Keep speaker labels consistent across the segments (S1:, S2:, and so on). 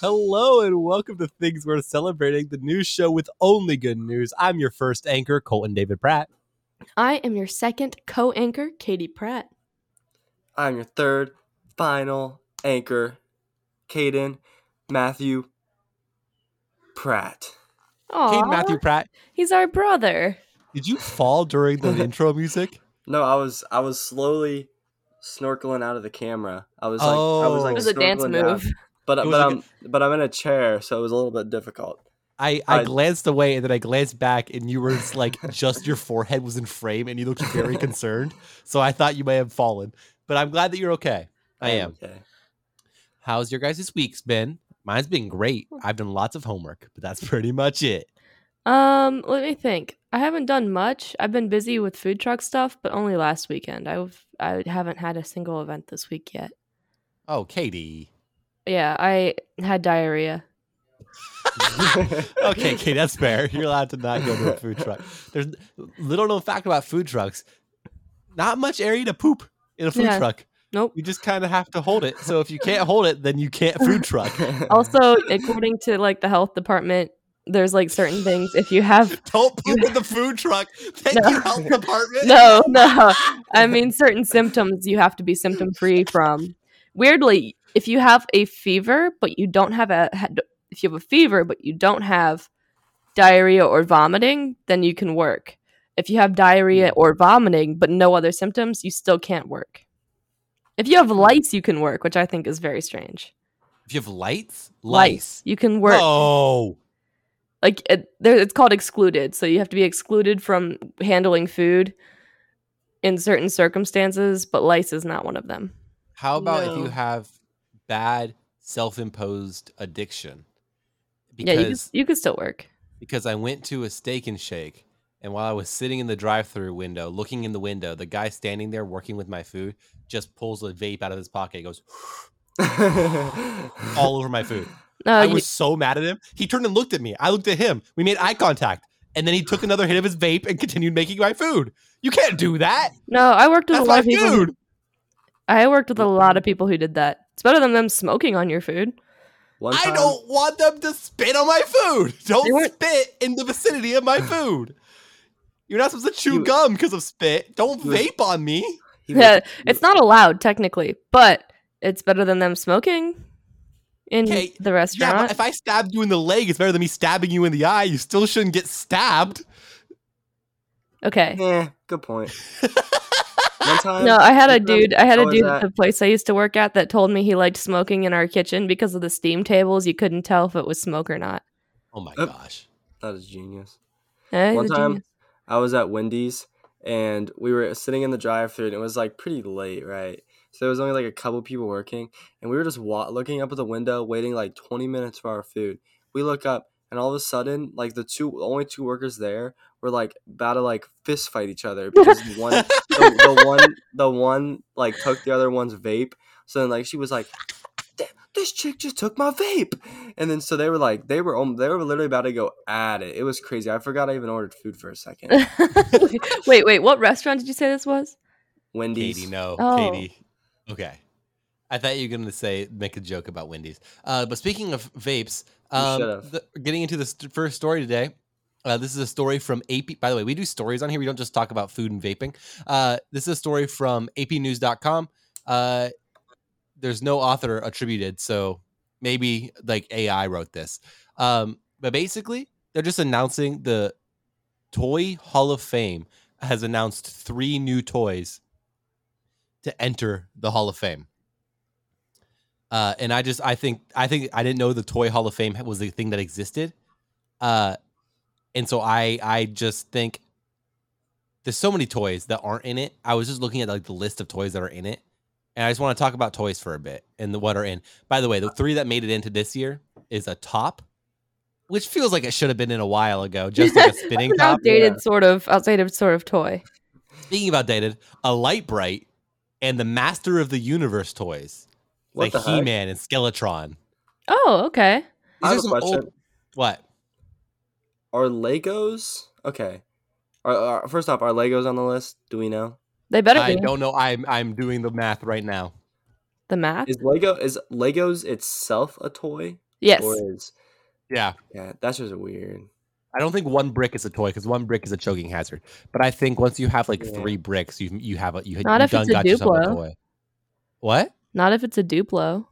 S1: Hello and welcome to Things Worth Celebrating, the news show with only good news. I'm your first anchor, Colton David Pratt.
S2: I am your second co anchor, Katie Pratt.
S3: I'm your third, final anchor, Caden Matthew Pratt.
S1: Caden
S2: Aw,
S1: Matthew Pratt,
S2: He's our brother.
S1: did you fall during the intro music?
S3: No, I was I was slowly snorkeling out of the camera. I was like I was
S1: Oh.
S3: like
S2: It was a dance
S3: snorkeling down.
S2: move.
S3: But
S1: It was
S3: but
S1: like
S3: I'm but I'm in a chair, so it was a little bit difficult.
S1: I, I
S3: I-
S1: glanced away and then I glanced back and you were just like just your forehead was in frame and you looked very concerned. So I thought you may have fallen. But I'm glad that you're okay. I
S3: I'm
S1: am.
S3: Okay.
S1: How's your guys' this week's been? Mine's been great. I've done lots of homework, but that's pretty much it.
S2: Um, let me think. I haven't done much. I've been busy with food truck stuff, but only last weekend. I've I haven't had a single event this week yet.
S1: Oh, Katie.
S2: Yeah, I had diarrhea.
S1: okay, okay, that's fair. You're allowed to not go to a food truck. There's little known fact about food trucks. Not much area to poop in a food
S2: Yeah.
S1: truck.
S2: Nope.
S1: You just kind of have to hold it. So if you can't hold it, then you can't food truck.
S2: Also, according to like the health department, there's like certain things if you have
S1: Don't poop in the food truck. Thank
S2: No.
S1: you, health department.
S2: no, no. I mean, certain symptoms you have to be symptom free from. Weirdly, if you have a fever, but you don't have a, had- if you have a fever, but you don't have diarrhea or vomiting, then you can work. If you have diarrhea or vomiting, but no other symptoms, you still can't work. If you have lice, you can work, which I think is very strange.
S1: If you have lights,
S2: Lice, you can work.
S1: Oh,
S2: Like it, there, it's called excluded, so you have to be excluded from handling food in certain circumstances. But lice is not one of them.
S1: how about if you
S3: No.
S1: have bad self-imposed addiction?
S2: yeah, you could, you could still work.
S1: because I went to a steak and shake. And while I was sitting in the drive through window, looking in the window, the guy standing there working with my food just pulls a vape out of his pocket and goes all over my food.
S2: No,
S1: I
S2: Uh, you-
S1: was so mad at him. He turned and looked at me. I looked at him. We made eye contact. And then he took another hit of his vape and continued making my food. You can't do that.
S2: no. I worked with
S1: That's
S2: a lot
S1: my
S2: of people. who-
S1: food.
S2: I worked with a lot of people who did that. It's better than them smoking on your food.
S3: One
S1: I
S3: time-
S1: don't want them to spit on my food.
S2: They
S1: Don't
S2: weren't-
S1: spit in the vicinity of my food. You're not supposed to chew
S3: You-
S1: gum because of spit. Don't
S3: You was-
S1: vape on me.
S3: he was-
S2: Yeah, it's not allowed technically, but it's better than them smoking in
S1: Okay,
S2: the
S1: Yeah,
S2: restaurant.
S1: but if I stabbed you in the leg, it's better than me stabbing you in the eye. You still shouldn't get stabbed.
S2: okay.
S3: Yeah, good point. One time,
S2: No, I had a
S3: Um,
S2: dude. I had
S3: how
S2: a
S3: was
S2: dude at
S3: that?
S2: the place I used to work at that told me he liked smoking in our kitchen because of the steam tables. You couldn't tell if it was smoke or not.
S1: Oh my
S3: Yep.
S1: gosh.
S3: that is genius.
S2: Eh,
S3: One
S2: the
S3: time,
S2: genius.
S3: I was at Wendy's and we were sitting in the drive-thru and it was like pretty late, right? So there was only like a couple people working and we were just wa- looking up at the window waiting like 20 minutes for our food. We look up and all of a sudden like the two only two workers there were like about to like fist fight each other because one the, the one the one like took the other one's vape. So then like she was like "Damn, this chick just took my vape, and then so they were like they were om- they were literally about to go at it. It was crazy. I forgot I even ordered food for a second.
S2: wait, wait. What restaurant did you say this was?
S3: Wendy's.
S1: Katie, no.
S2: Oh.
S1: Katie. Okay. I thought you were going to say, make a joke about Wendy's. Uh, but speaking of vapes,
S3: You
S1: um,
S3: should've.
S1: the, getting into the st- first story today. Uh, this is a story from AP. By the way, we do stories on here. We don't just talk about food and vaping. Uh, this is a story from apnews.com. Uh, there's no author attributed, so maybe like AI wrote this. Um, but basically, they're just announcing the Toy Hall of Fame has announced three new toys to enter the Hall of Fame. Uh, and I just I think I think I didn't know the Toy Hall of Fame was a thing that existed. Uh, and so I I just think there's so many toys that aren't in it. I was just looking at like the list of toys that are in it, and I just want to talk about toys for a bit and the, what are in. By the way, the three that made it into this year is a top, which feels like it should have been in a while ago, just like a spinning
S2: An
S1: top.
S2: outdated sort of outdated sort of toy.
S1: Speaking of outdated, a light bright and the Master of the Universe toys,
S3: What
S1: like
S3: the heck?
S1: He Man and Skeletron.
S2: Oh, okay.
S1: These are
S3: I have a
S1: some
S3: question.
S1: old- What?
S3: Are Legos okay? Are, are first off, are Legos on the list? Do we know?
S2: They better
S1: I
S2: be
S1: don't know. I'm I'm doing the math right now.
S2: the math.
S3: Is Lego is Legos itself a toy?
S2: Yes.
S3: Toys.
S1: Yeah.
S3: Yeah, that's just weird.
S1: I don't think one brick is a toy because one brick is a choking hazard. But I think once you have like
S3: Yeah.
S1: three bricks, you you have a you had
S2: Not
S1: you
S2: if it's a Duplo.
S1: toy. What?
S2: Not if it's a Duplo.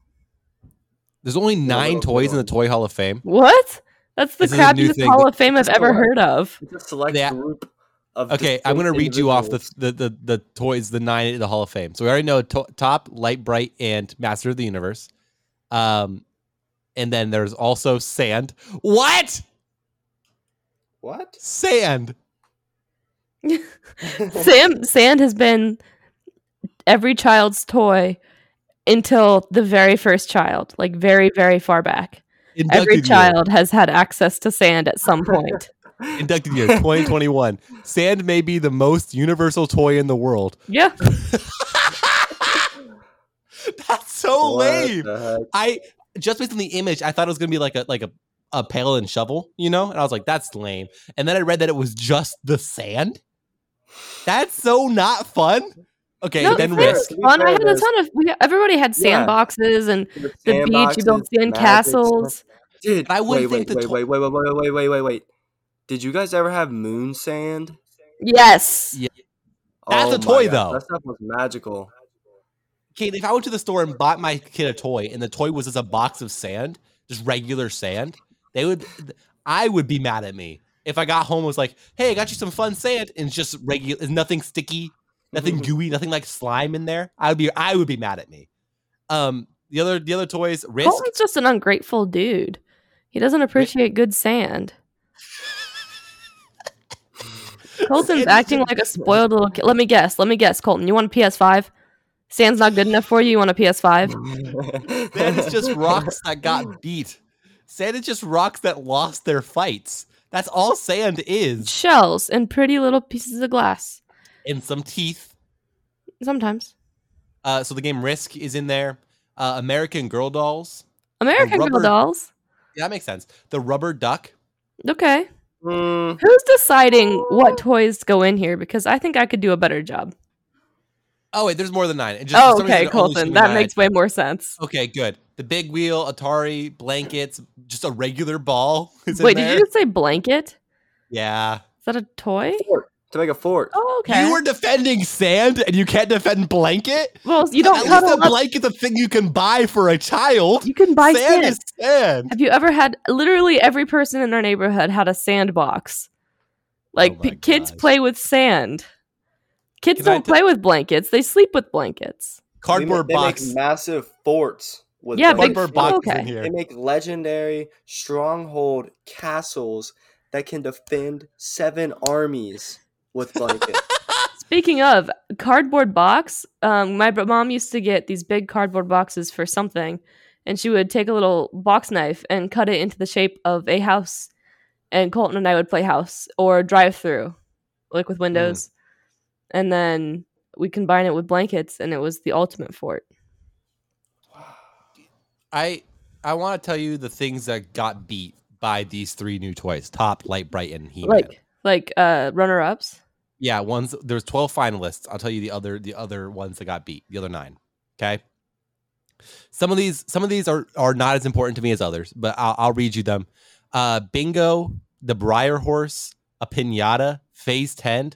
S1: There's only nine
S3: hold
S1: toys in the
S3: on.
S1: Toy Hall of Fame.
S2: What? That's the
S1: This is a new
S2: crappiest
S1: thing.
S2: Hall of Fame I've
S3: Just
S2: ever
S3: collect.
S2: heard of.
S3: It's a select
S1: Yeah.
S3: group of.
S1: Okay, I'm gonna read
S3: distinct
S1: you off the,
S3: individuals.
S1: the the the toys, the nine in the Hall of Fame. So we already know to- top, light, bright, and Master of the Universe. Um, and then there's also sand. What
S3: What?
S1: sand?
S2: Sam Sand has been every child's toy until the very first child, like very, very far back. Every
S1: Inducted year.
S2: child has had access to sand at some point.
S1: Inducted year 2021. Sand may be the most universal toy in the world.
S2: yeah.
S1: That's so
S3: What
S1: lame.
S3: the heck?
S1: I just based on the image, I thought it was gonna be like a like a, a pail and shovel, you know? And I was like, that's lame. And then I read that it was just the sand. That's so not fun. Okay,
S2: No,
S1: then
S2: it's fair.
S1: risk.
S3: To be
S2: Well, and I
S3: fair,
S2: had a
S3: there's
S2: ton of. We, everybody had
S3: Yeah.
S2: sandboxes and
S3: the
S2: the beach. You built
S3: sandboxes,
S2: sand
S3: magic
S2: castles.
S3: stuff. Dude,
S1: I wouldn't
S3: wait,
S1: think the
S3: wait,
S1: to-
S3: wait, wait, wait, wait, wait, wait, wait, wait. Did you guys ever have moon sand? Oh
S2: Yes.
S1: Yeah. That's a
S3: my
S1: toy,
S3: gosh,
S1: though.
S3: That stuff was magical.
S1: Okay, if I went to the store and bought my kid a toy and the toy was just a box of sand, just regular sand, they would I would be mad at me. If I got home and was like, hey, I got you some fun sand and it's just regular nothing sticky, nothing gooey, nothing like slime in there, I would be I would be mad at me. Um the other the other toys, risk
S2: Colton's just an ungrateful dude. He doesn't appreciate good sand. Colton's
S1: Sand
S2: acting
S1: isn't-
S2: like a spoiled little kid. Let me guess. Let me guess, Colton. You want a PS5? Sand's not good enough for you. You want a PS5?
S1: Sand is just rocks that got beat. Sand is just rocks that lost their fights. That's all sand is.
S2: Shells and pretty little pieces of glass.
S1: And some teeth.
S2: Sometimes.
S1: Uh, so the game Risk is in there. Uh, American Girl Dolls.
S2: American Girl
S1: rubber-
S2: dolls.
S1: Yeah, that makes sense. The Rubber Duck.
S2: Okay.
S3: Mm,
S2: Who's deciding what toys go in here? Because I think I could do a better job.
S1: Oh wait, there's more than nine. It just, for
S2: Oh,
S1: some reason,
S2: okay,
S1: it only showed
S2: Colton.
S1: me
S2: That
S1: nine.
S2: makes way more sense.
S1: Okay, good. The big wheel, Atari, blankets, just a regular ball. Is in
S2: Wait, did
S1: there.
S2: you just say blanket?
S1: Yeah.
S2: Is that a toy?
S3: to make a fort.
S2: Oh, okay.
S1: You were defending sand, and you can't defend blanket.
S2: well, you don't
S1: At least a
S2: cuddle up.
S1: blanket's a thing you can buy for a child.
S2: You can buy
S1: sand
S2: sand.
S1: is sand.
S2: Have you ever had? Literally, every person in our neighborhood had a sandbox. Like
S1: Oh my
S2: p- kids
S1: gosh.
S2: play with sand. Kids
S1: Can I
S2: don't
S1: t-
S2: play with blankets; they sleep with blankets.
S3: They ma-
S1: Cardboard
S3: they
S1: box.
S3: Make massive forts. With
S2: Yeah, big-
S1: cardboard box
S3: blankets.
S1: is
S2: okay.
S1: in
S3: They
S1: here.
S3: make legendary stronghold castles that can defend seven armies with blankets.
S2: Speaking of cardboard box, um, my b- mom used to get these big cardboard boxes for something, and she would take a little box knife and cut it into the shape of a house. And Colton and I would play house or drive through, like with windows, and then we combine it with blankets, and it was the ultimate fort.
S1: I I want to tell you the things that got beat by these three new toys: Top, Light, Bright, and He.
S2: like like uh runner ups.
S1: yeah, ones. There's 12 finalists. I'll tell you the other the other ones that got beat. The other nine. Okay. Some of these some of these are are not as important to me as others, but I'll, I'll read you them. Uh, bingo, the Briar Horse, a pinata, Phase Ten,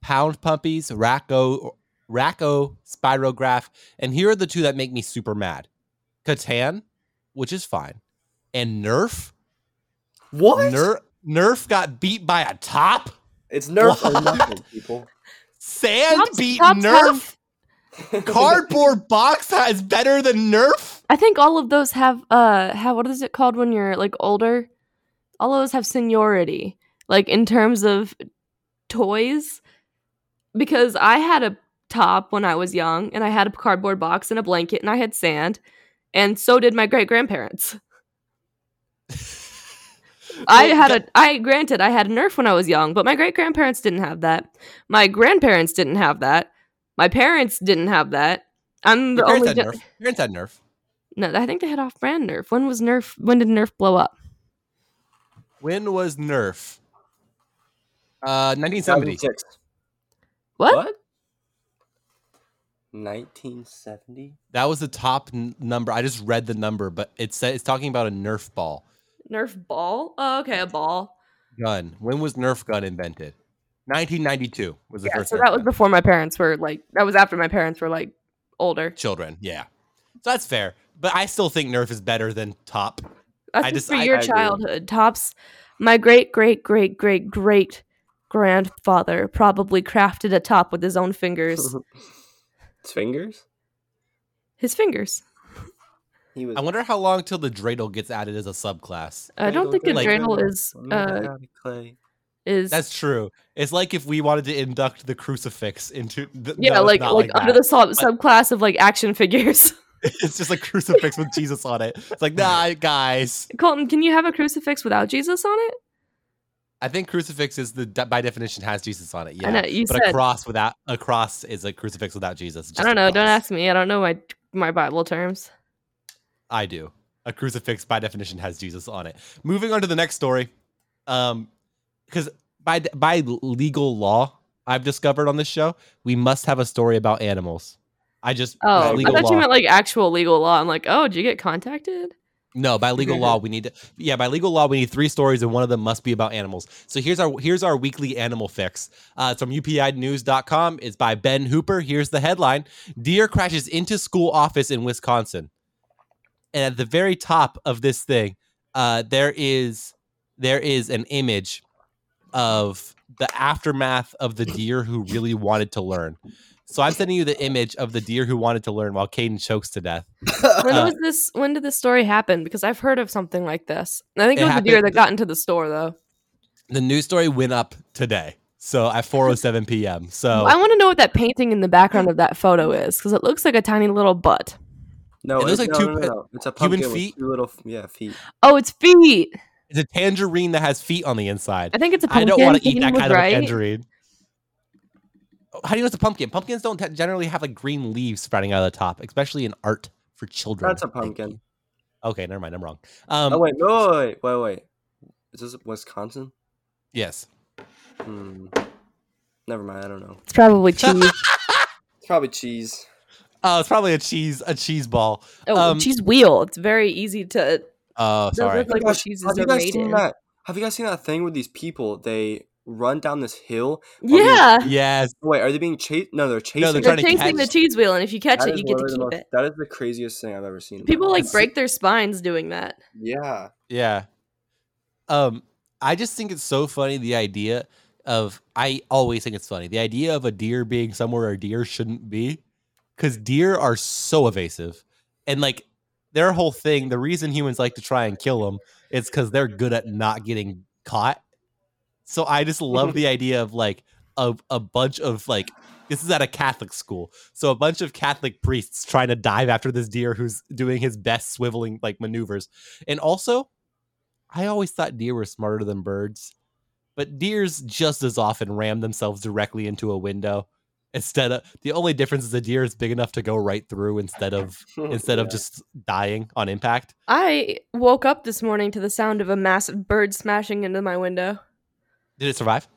S1: Pound Puppies, Racco, Racco, Spirograph, and here are the two that make me super mad: Catan, which is fine, and Nerf.
S3: what?
S1: Nerf Nerf got beat by a top.
S3: it's nerf or
S1: What?
S3: nothing, people.
S1: Sand
S2: Tops-
S1: beat
S2: Tops
S1: Nerf.
S2: have-
S1: Cardboard box is better than Nerf.
S2: I think all of those have uh have what is it called when you're like older? All of those have seniority, like in terms of toys. Because I had a top when I was young, and I had a cardboard box and a blanket, and I had sand, and so did my great grandparents. I
S1: Well,
S2: had
S1: gu-
S2: a I granted I had a Nerf when I was young, but my great grandparents didn't have that. My grandparents didn't have that. My parents didn't have that. I'm the
S1: Your
S2: only
S1: parents,
S2: gen-
S1: had Nerf. Your parents had Nerf.
S2: No, I think they had off brand Nerf. When was Nerf? When did Nerf blow up?
S1: When was Nerf? Uh, 1970.
S3: 2006.
S2: What?
S3: What? 1970.
S1: That was the top n- number. I just read the number, but it said it's talking about a Nerf ball
S2: Nerf ball? Oh, okay, a ball.
S1: gun. When was Nerf gun invented? 1992 was the
S2: Yeah,
S1: first.
S2: so
S1: Nerf
S2: that was
S1: gun.
S2: before my parents were like that was after my parents were like older.
S1: children. Yeah, so that's fair. But I still think Nerf is better than Top.
S2: That's
S1: I
S2: just
S1: just-
S2: for
S1: I-
S2: your
S3: I agree.
S2: childhood. Tops my great great great great great grandfather probably crafted a top with his own fingers.
S3: His fingers?
S2: his fingers.
S3: He was.
S1: I wonder how long till the dreidel gets added as a subclass.
S2: I don't
S3: Dreidel,
S2: think the
S1: like-
S2: dreidel is
S3: I'm made
S2: uh,
S3: out of clay.
S2: is
S1: That's true. It's like if we wanted to induct the crucifix into the,
S2: yeah,
S1: no, it's
S2: like
S1: not
S2: like, under
S1: that.
S2: the sub- subclass of like action figures.
S1: it's just a crucifix with Jesus on it. It's like nah, guys.
S2: Colton, can you have a crucifix without Jesus on it?
S1: I think crucifix is the by definition has Jesus on it. Yeah,
S2: I know you
S1: but
S2: said
S1: a cross without a cross is a crucifix without Jesus. It's
S2: I
S1: just a
S2: don't know. Don't
S1: cross.
S2: ask me. I don't know my my Bible terms.
S1: I do. A crucifix by definition has Jesus on it. Moving on to the next story, um, because by by legal law, I've discovered on this show we must have a story about animals. I just by
S2: Oh, I
S1: legal
S2: thought
S1: law.
S2: you meant like actual legal law. I'm like, oh, did you get contacted?
S1: No, by legal law we need to, yeah, by legal law we need three stories and one of them must be about animals. So here's our here's our weekly animal fix. Uh, it's from upinews.com. It's by Ben Hooper. Here's the headline: Deer crashes into school office in Wisconsin. And at the very top of this thing, uh, there is there is an image of the aftermath of the deer who really wanted to learn. So I'm sending you the image of the deer who wanted to learn while Caden chokes to death.
S2: When
S1: Uh,
S2: was this? When did this story happen? Because I've heard of something like this. I think it,
S1: It
S2: was the deer that
S1: happened-
S2: got into the store, though.
S1: the news story went up today so at 407 p.m so
S2: I want to know what that painting in the background of that photo is, because it looks like a tiny little butt.
S3: No,
S1: It looks
S3: it's-
S1: like
S3: no,
S1: two
S3: no, no,
S1: pe-
S3: no. It's a pumpkin with
S1: feet?
S3: two little, f- yeah, feet.
S2: Oh, it's feet.
S1: it's a tangerine that has feet on the
S2: I
S1: inside
S2: think it's a
S1: i
S2: pumpkin.
S1: don't want to eat
S2: Keaton
S1: that
S2: was
S1: kind
S2: right.
S1: of a tangerine how do you know it's a pumpkin pumpkins don't te- generally have like green leaves sprouting out of the top especially in art for children
S3: That's a
S1: Thank you.
S3: pumpkin.
S1: okay never mind i'm wrong um
S3: oh wait, no, wait, wait, wait. Is this Wisconsin?
S1: yes
S3: Hmm. Never mind. I don't know.
S2: It's probably cheese.
S3: It's probably cheese.
S1: oh it's probably a cheese a cheese ball
S2: Oh,
S1: Um,
S2: cheese wheel. It's very easy to.
S1: oh
S2: Those
S1: sorry
S2: look like what cheeses
S3: have you
S2: are
S3: guys
S2: made
S3: seen
S2: in.
S3: that? Have you guys seen that thing with these people? They run down this hill.
S1: Oh,
S3: you-
S2: Yeah,
S1: yes
S3: Wait, are they being chased? No, they're chasing.
S1: they're
S2: they're
S1: trying to
S2: chasing the
S1: catch-
S2: cheese wheel, and if you catch
S3: That
S2: it,
S3: is
S2: you get to
S3: literally the
S2: keep
S3: most-
S2: it.
S3: That is the craziest thing I've ever seen. in my
S2: People like
S3: life.
S2: break their spines doing that.
S3: Yeah.
S1: Yeah. Um, I just think it's so funny the idea of I always think it's funny the idea of a deer being somewhere a deer shouldn't be, because deer are so evasive, and like their whole thing. The reason humans like to try and kill them is because they're good at not getting caught. So I just love the idea of like a a bunch of like this is at a Catholic school, so a bunch of Catholic priests trying to dive after this deer who's doing his best swiveling like maneuvers, and also I always thought deer were smarter than birds, but deers just as often ram themselves directly into a window. Instead of the only difference is a deer is big enough to go right through instead of instead of
S3: Oh, Yeah.
S1: just dying on impact.
S2: I woke up this morning to the sound of a massive bird smashing into my window.
S1: Did it survive?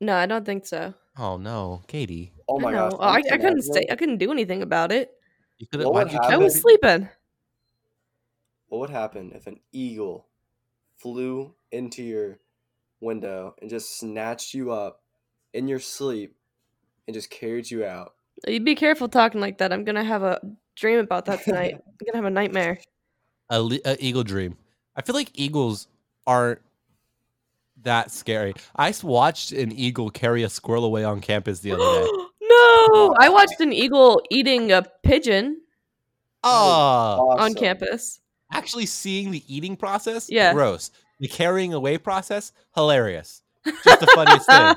S2: No, I don't think so.
S1: Oh no, Katie,
S3: Oh my
S2: I know.
S3: gosh.
S2: I, I couldn't
S3: Imagine
S2: stay. I couldn't do anything about it.
S1: you could.
S3: What
S1: Why
S3: would
S1: did you
S2: I
S1: kill
S3: happen-
S2: was
S1: it?
S2: sleeping.
S3: What would happen if an eagle flew into your window and just snatched you up in your sleep and just carried you out?
S2: You be careful talking like that. I'm gonna have a dream about that tonight. I'm gonna have a nightmare.
S1: A, le- a eagle dream. I feel like eagles aren't that scary. I s- watched an eagle carry a squirrel away on campus the other
S3: Oh,
S1: day.
S2: no, I watched an eagle eating a pigeon
S1: Oh,
S2: on
S3: Awesome.
S2: campus.
S1: actually seeing the eating process,
S2: Yeah.
S1: gross. The carrying away process, hilarious. Just the funniest thing.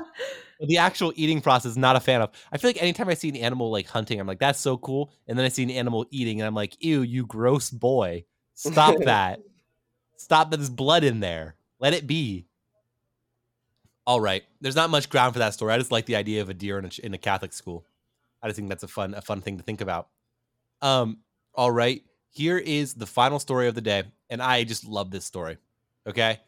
S1: But the actual eating process, not a fan of. I feel like anytime I see an animal like hunting, I'm like, that's so cool. And then I see an animal eating, and I'm like, ew, you gross boy. Stop that. Stop that. There's blood in there. Let it be. All right. There's not much ground for that story. I just like the idea of a deer in a, ch- in a Catholic school. I just think that's a fun a fun thing to think about. Um. All right. Here is the final story of the day, and I just love this story. Okay.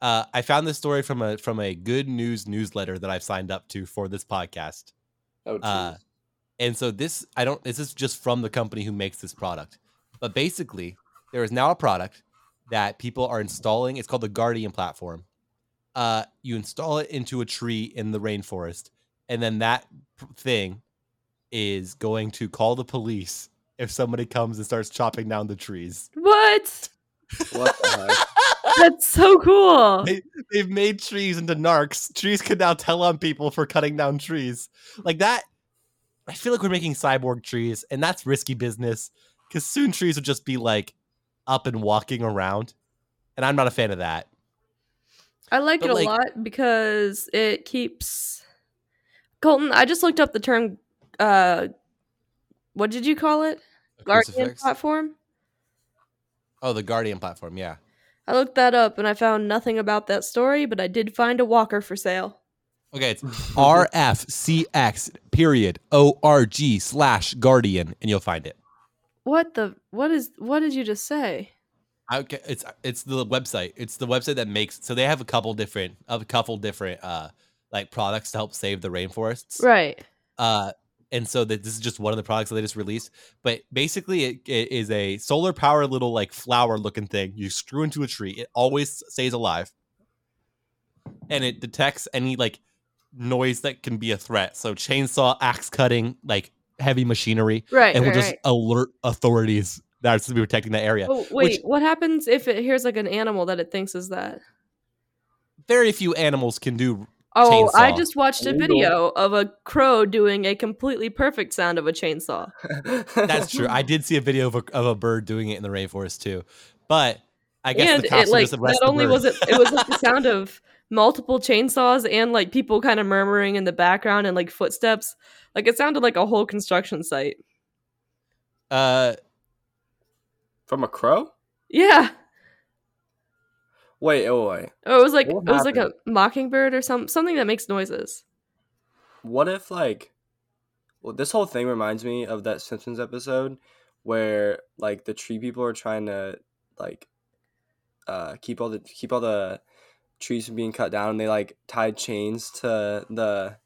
S1: Uh, I found this story from a from a good news newsletter that I've signed up to for this podcast.
S3: Oh, jeez.
S1: Uh, And so this, I don't, this is just from the company who makes this product. But basically, there is now a product that people are installing. It's called the Guardian platform. Uh, you install it into a tree in the rainforest, and then that p- thing is going to call the police if somebody comes and starts chopping down the trees.
S2: What?
S3: What the heck?
S2: That's so cool.
S1: They- They've made trees into narcs. Trees can now tell on people for cutting down trees. Like that, I feel like we're making cyborg trees, and that's risky business because soon trees would just be like up and walking around. And I'm not a fan of that.
S2: I like
S1: But,
S2: it a
S1: like-
S2: lot because it keeps Colton, I just looked up the term uh what did you call it? Guardian platform?
S1: Oh, the Guardian platform. Yeah.
S2: I looked that up and I found nothing about that story, but I did find a walker for sale.
S1: Okay, it's RFCX period ORG slash Guardian, and you'll find it.
S2: What the what is what did you just say?
S1: Okay, it's it's the website. It's the website that makes so they have a couple different of a couple different uh like products to help save the rainforests.
S2: Right.
S1: Uh, and so that this is just one of the products that they just released. But basically, it, it is a solar powered little like flower looking thing you screw into a tree. It always stays alive, and it detects any like noise that can be a threat. So chainsaw, axe cutting, like heavy machinery,
S2: Right.
S1: and
S2: right,
S1: will just
S2: right.
S1: alert authorities that are supposed to be protecting that area.
S2: Oh, wait, what happens if it hears like an animal that it thinks is that?
S1: Very few animals can do.
S2: Oh, I
S1: Chainsaw.
S2: just watched a
S3: Illegal.
S2: video of a crow doing a completely perfect sound of a chainsaw.
S1: That's true. I did see a video of a, of a bird doing it in the rainforest too, but. I guess
S2: and
S1: the cops
S2: it
S1: will
S2: like
S1: just arrest
S2: not
S1: the
S2: only
S1: bird.
S2: was it it was like the sound of multiple chainsaws and like people kind of murmuring in the background and like footsteps. Like it sounded like a whole construction site.
S1: uh,
S3: From a crow?
S2: Yeah.
S3: Wait, oh wait.
S2: Or it was like
S3: What
S2: it was like a mockingbird or some something that makes noises.
S3: What if like well this whole thing reminds me of that Simpsons episode where like the tree people are trying to like uh keep all the keep all the trees from being cut down and they like tied chains to the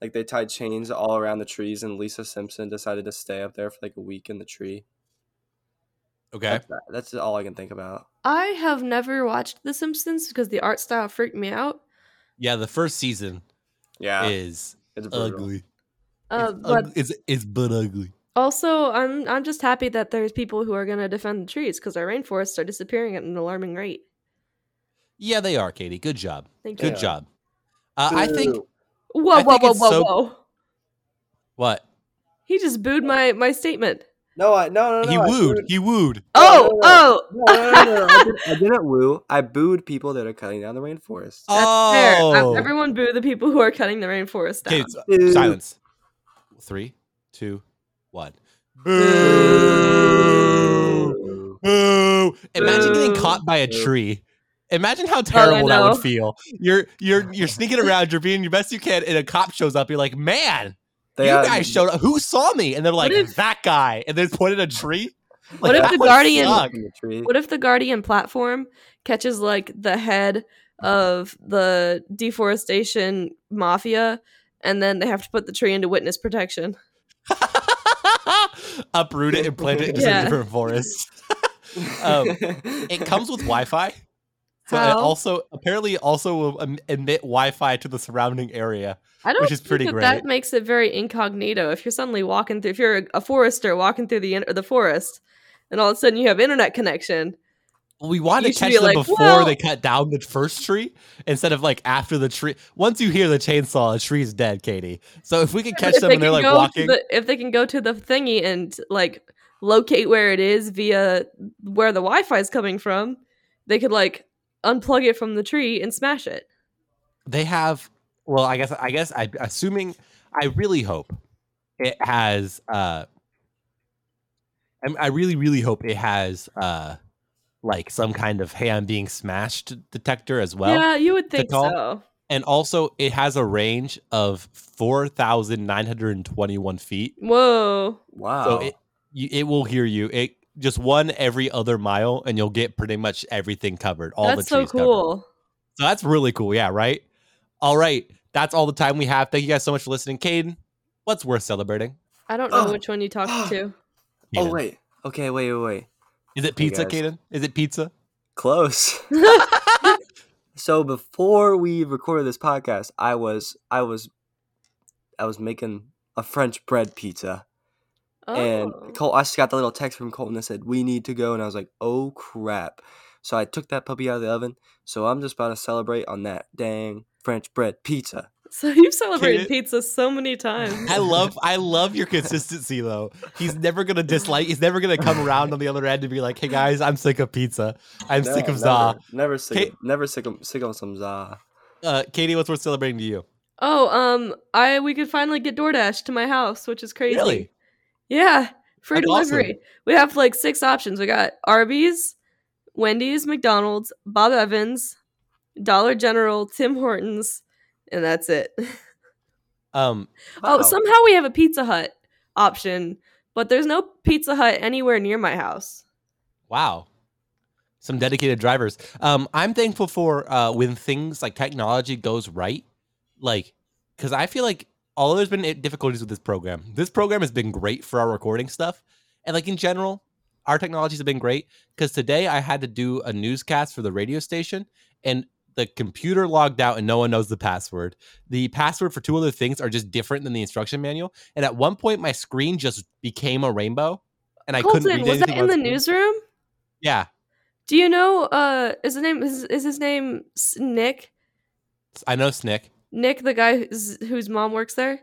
S3: like they tied chains all around the trees and Lisa Simpson decided to stay up there for like a week in the tree.
S1: Okay.
S3: That's, that's all I can think about.
S2: I have never watched The Simpsons because the art style freaked me out.
S1: Yeah, the first season
S3: Yeah.
S1: is
S3: it's brutal.
S1: ugly.
S2: Uh,
S1: it's,
S2: but
S1: ugly. It's, it's but ugly.
S2: Also, I'm I'm just happy that there's people who are going to defend the trees because our rainforests are disappearing at an alarming rate.
S1: Yeah, they are, Katie. Good job.
S2: Thank you.
S1: Good
S3: Yeah.
S1: job. Uh, I think
S3: Boo.
S2: Whoa,
S1: I
S2: whoa,
S1: think
S2: whoa,
S1: it's
S2: whoa,
S1: so-
S2: whoa!
S1: what
S2: He just booed my my statement.
S3: No, I no no no.
S1: he
S3: I
S1: wooed.
S3: booed-
S1: He wooed.
S2: Oh,
S3: no, no,
S2: oh,
S3: No, no, no, no, I, didn't, I didn't woo. I booed people that are cutting down the rainforest.
S2: that's
S1: oh,
S2: fair. Um, Everyone boo the people who are cutting the rainforest down.
S1: okay.
S3: Boo.
S1: s- Silence. Three, two, one. Boo!
S3: Boo.
S1: Boo! Imagine getting
S2: Boo. Oh,
S1: caught by a
S3: Boo.
S1: tree. Imagine how terrible that would
S2: know.
S1: feel. You're you're you're sneaking around. You're being your best you can, and a cop shows up. You're like, man,
S3: They
S1: you
S3: are-
S1: guys showed up. Who saw me? And they're like,
S2: if-
S1: that guy. And they pointed a tree.
S2: What if
S1: that
S2: the
S1: would
S2: Guardian-
S1: suck.
S3: in the tree.
S2: What if the Guardian platform catches like the head of the deforestation mafia, and then they have to put the tree into witness protection?
S1: Uproot it and plant it into
S2: Yeah.
S1: a different forest. um, It comes with Wi-Fi. So it
S2: How?
S1: also apparently also will em- emit Wi-Fi to the surrounding area.
S2: I don't
S1: which is
S2: think
S1: pretty
S2: that,
S1: great.
S2: that makes it very incognito. If you're suddenly walking through, if you're a, a forester walking through the in- or the forest, and all of a sudden you have internet connection,
S1: We want
S2: You
S1: to
S2: should
S1: catch
S2: be
S1: them
S2: like,
S1: before
S2: "Well-"
S1: they cut down the first tree instead of like after the tree. Once you hear the chainsaw, a tree's dead, Katie. So if we can catch
S2: if
S1: them
S2: they
S1: and they're like
S2: can go to
S1: walking,
S2: the- if they can go to the thingy and like locate where it is via where the Wi-Fi is coming from, they could like unplug it from the tree and smash it.
S1: they have well i guess i guess i assuming i really hope it has uh I'm- i really really hope it has uh like some kind of hey i'm being smashed detector as well
S2: yeah, you would think
S1: call-
S2: so.
S1: and also it has a range of 4921 feet
S2: Whoa.
S3: wow.
S1: so it you, it will hear you it just one every other mile and you'll get pretty much everything covered all
S2: That's
S1: the trees
S2: so
S1: covered.
S2: cool.
S1: So that's really cool. Yeah, right? All right. That's all the time we have. Thank you guys so much for listening. Caden, what's worth celebrating?
S2: I don't know
S3: Oh.
S2: which one you talked to.
S3: Oh wait. Okay, wait, wait, wait.
S1: Is it pizza,
S3: guys.
S1: Kaden? Is it pizza?
S3: Close. so before we recorded this podcast, I was I was I was making a French bread pizza.
S2: Oh.
S3: And Cole, I just got the little text from Colton that said, We need to go. And I was like, Oh crap. So I took that puppy out of the oven. So I'm just about to celebrate on that dang French bread pizza.
S2: So you've celebrated
S1: Kaden-
S2: pizza so many times.
S1: I love I love your consistency though. He's never gonna dislike he's never gonna come around on the other end and be like, hey guys, I'm sick of pizza. I'm
S3: No,
S1: sick of za."
S3: never- Never sick
S1: Kate-
S3: of, never sick of, sick of some za.
S1: Uh Katie, what's worth celebrating to you?
S2: Oh, um, I we could finally get DoorDash to my house, which is crazy.
S1: Really?
S2: Yeah, free
S1: That's awesome.
S2: delivery. We have like six options. We got Arby's, Wendy's, McDonald's, Bob Evans, Dollar General, Tim Hortons, and that's it.
S1: Um
S2: Oh, somehow we have a Pizza Hut option, but there's no Pizza Hut anywhere near my house.
S1: Wow. Some dedicated drivers. Um, I'm thankful for uh, when things like technology goes right, like because I feel like although there's been i- difficulties with this program, this program has been great for our recording stuff, and like in general, our technologies have been great. Because today I had to do a newscast for the radio station, and the computer logged out, and no one knows the password. The password for two other things are just different than the instruction manual. And at one point, my screen just became a rainbow, and I couldn't
S2: Colton,
S1: read
S2: was
S1: anything
S2: that
S1: on
S2: in the
S1: screen.
S2: newsroom?
S1: Yeah.
S2: Do you know? Uh, is the name is, is his name S- Nick?
S1: I know Snick.
S2: Nick, the guy whose, whose mom works there.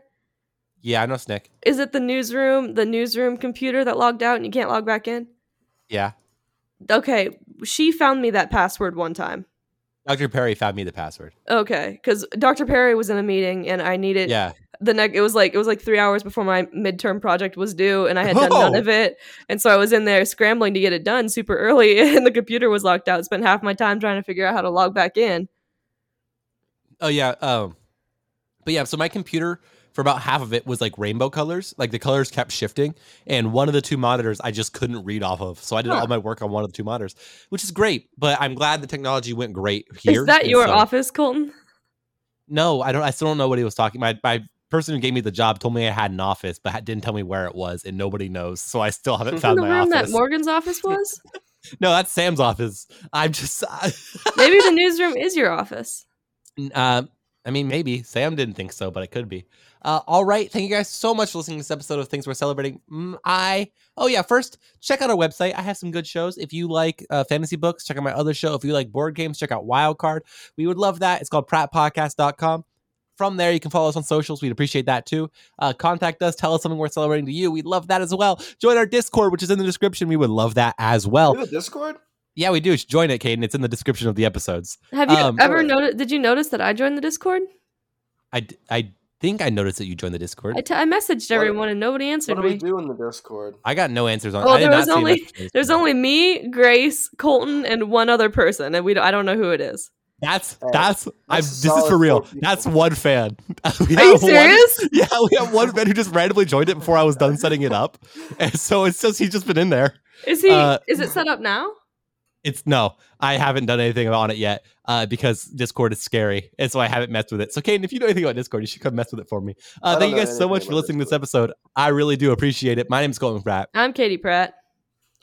S1: Yeah, I know Snick.
S2: Is it the newsroom, the newsroom computer that logged out and you can't log back in?
S1: Yeah.
S2: Okay, she found me that password one time.
S1: Dr. Perry found me the password.
S2: Okay, because Dr. Perry was in a meeting and I needed
S1: Yeah.
S2: the next. It was like it was like three hours before my midterm project was due, and I had done none
S1: Oh.
S2: of it. And so I was in there scrambling to get it done super early, and the computer was locked out. Spent half my time trying to figure out how to log back in.
S1: Oh yeah. Um but yeah, so my computer for about half of it was like rainbow colors. Like the colors kept shifting. And one of the two monitors I just couldn't read off of. So I did
S2: Huh.
S1: all my work on one of the two monitors, which is great. But I'm glad the technology went great here.
S2: Is that
S1: and
S2: your
S1: so-
S2: office, Colton?
S1: No, I don't I still don't know what he was talking. My my person who gave me the job told me I had an office, but ha- didn't tell me where it was, and nobody knows. So I still haven't
S3: In
S1: found
S2: in the
S1: my
S2: room
S1: office.
S2: that Morgan's office was?
S1: no, that's Sam's office. I'm just
S2: Maybe the newsroom is your office.
S1: N- Uh, I mean, maybe Sam didn't think so, but it could be. Uh, all right, thank you guys so much for listening to this episode of Things We're Celebrating. Mm, I oh yeah, first check out our website. I have some good shows. If you like uh, fantasy books, check out my other show. If you like board games, check out Wildcard. We would love that. It's called PrattPodcast.com. From there, you can follow us on socials. We'd appreciate that too. Uh, contact us. Tell us something we're celebrating to you. We'd love that as well. Join our Discord, which is in the description. We would love that as well.
S3: a Discord?
S1: Yeah, we do. Join it, Caden. It's in the description of the episodes.
S2: Have you
S1: Um,
S2: ever
S3: alright.
S2: noticed? Did you notice that I joined the Discord?
S1: I, d- I think I noticed that you joined the Discord.
S2: I, t- I messaged everyone and nobody answered me.
S3: do in the Discord?
S1: I got no answers on.
S2: Oh,
S1: I did
S2: there
S1: not
S2: was
S1: see a
S2: only-
S1: message from
S2: There's
S1: Instagram.
S2: only me, Grace, Colton, and one other person, and we don't, I don't know who it is.
S1: that's
S3: Hey,
S1: that's I'm
S3: a
S1: this is
S3: solid
S1: for real.
S3: four people.
S1: That's one fan. We
S2: Are you
S1: have one-
S2: serious?
S1: yeah, we have one fan who just randomly joined it before I was done setting it up, and so it's just he's just been in there.
S2: Is he?
S1: Uh,
S2: is it set up now?
S1: It's no, I haven't done anything on it yet uh, because Discord is scary, and so I haven't messed with it. So, Caden, if you know anything about Discord, you should come mess with it for me. Uh,
S3: I don't
S1: thank you
S3: know
S1: guys so
S3: anything
S1: much for
S3: about
S1: listening to this
S3: Discord.
S1: episode. I really do appreciate it. My name is Colton Pratt.
S2: I'm Katie Pratt.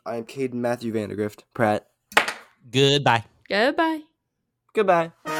S3: I am Caden Matthew Vandergrift Pratt.
S1: Goodbye.
S2: Goodbye.
S3: Goodbye.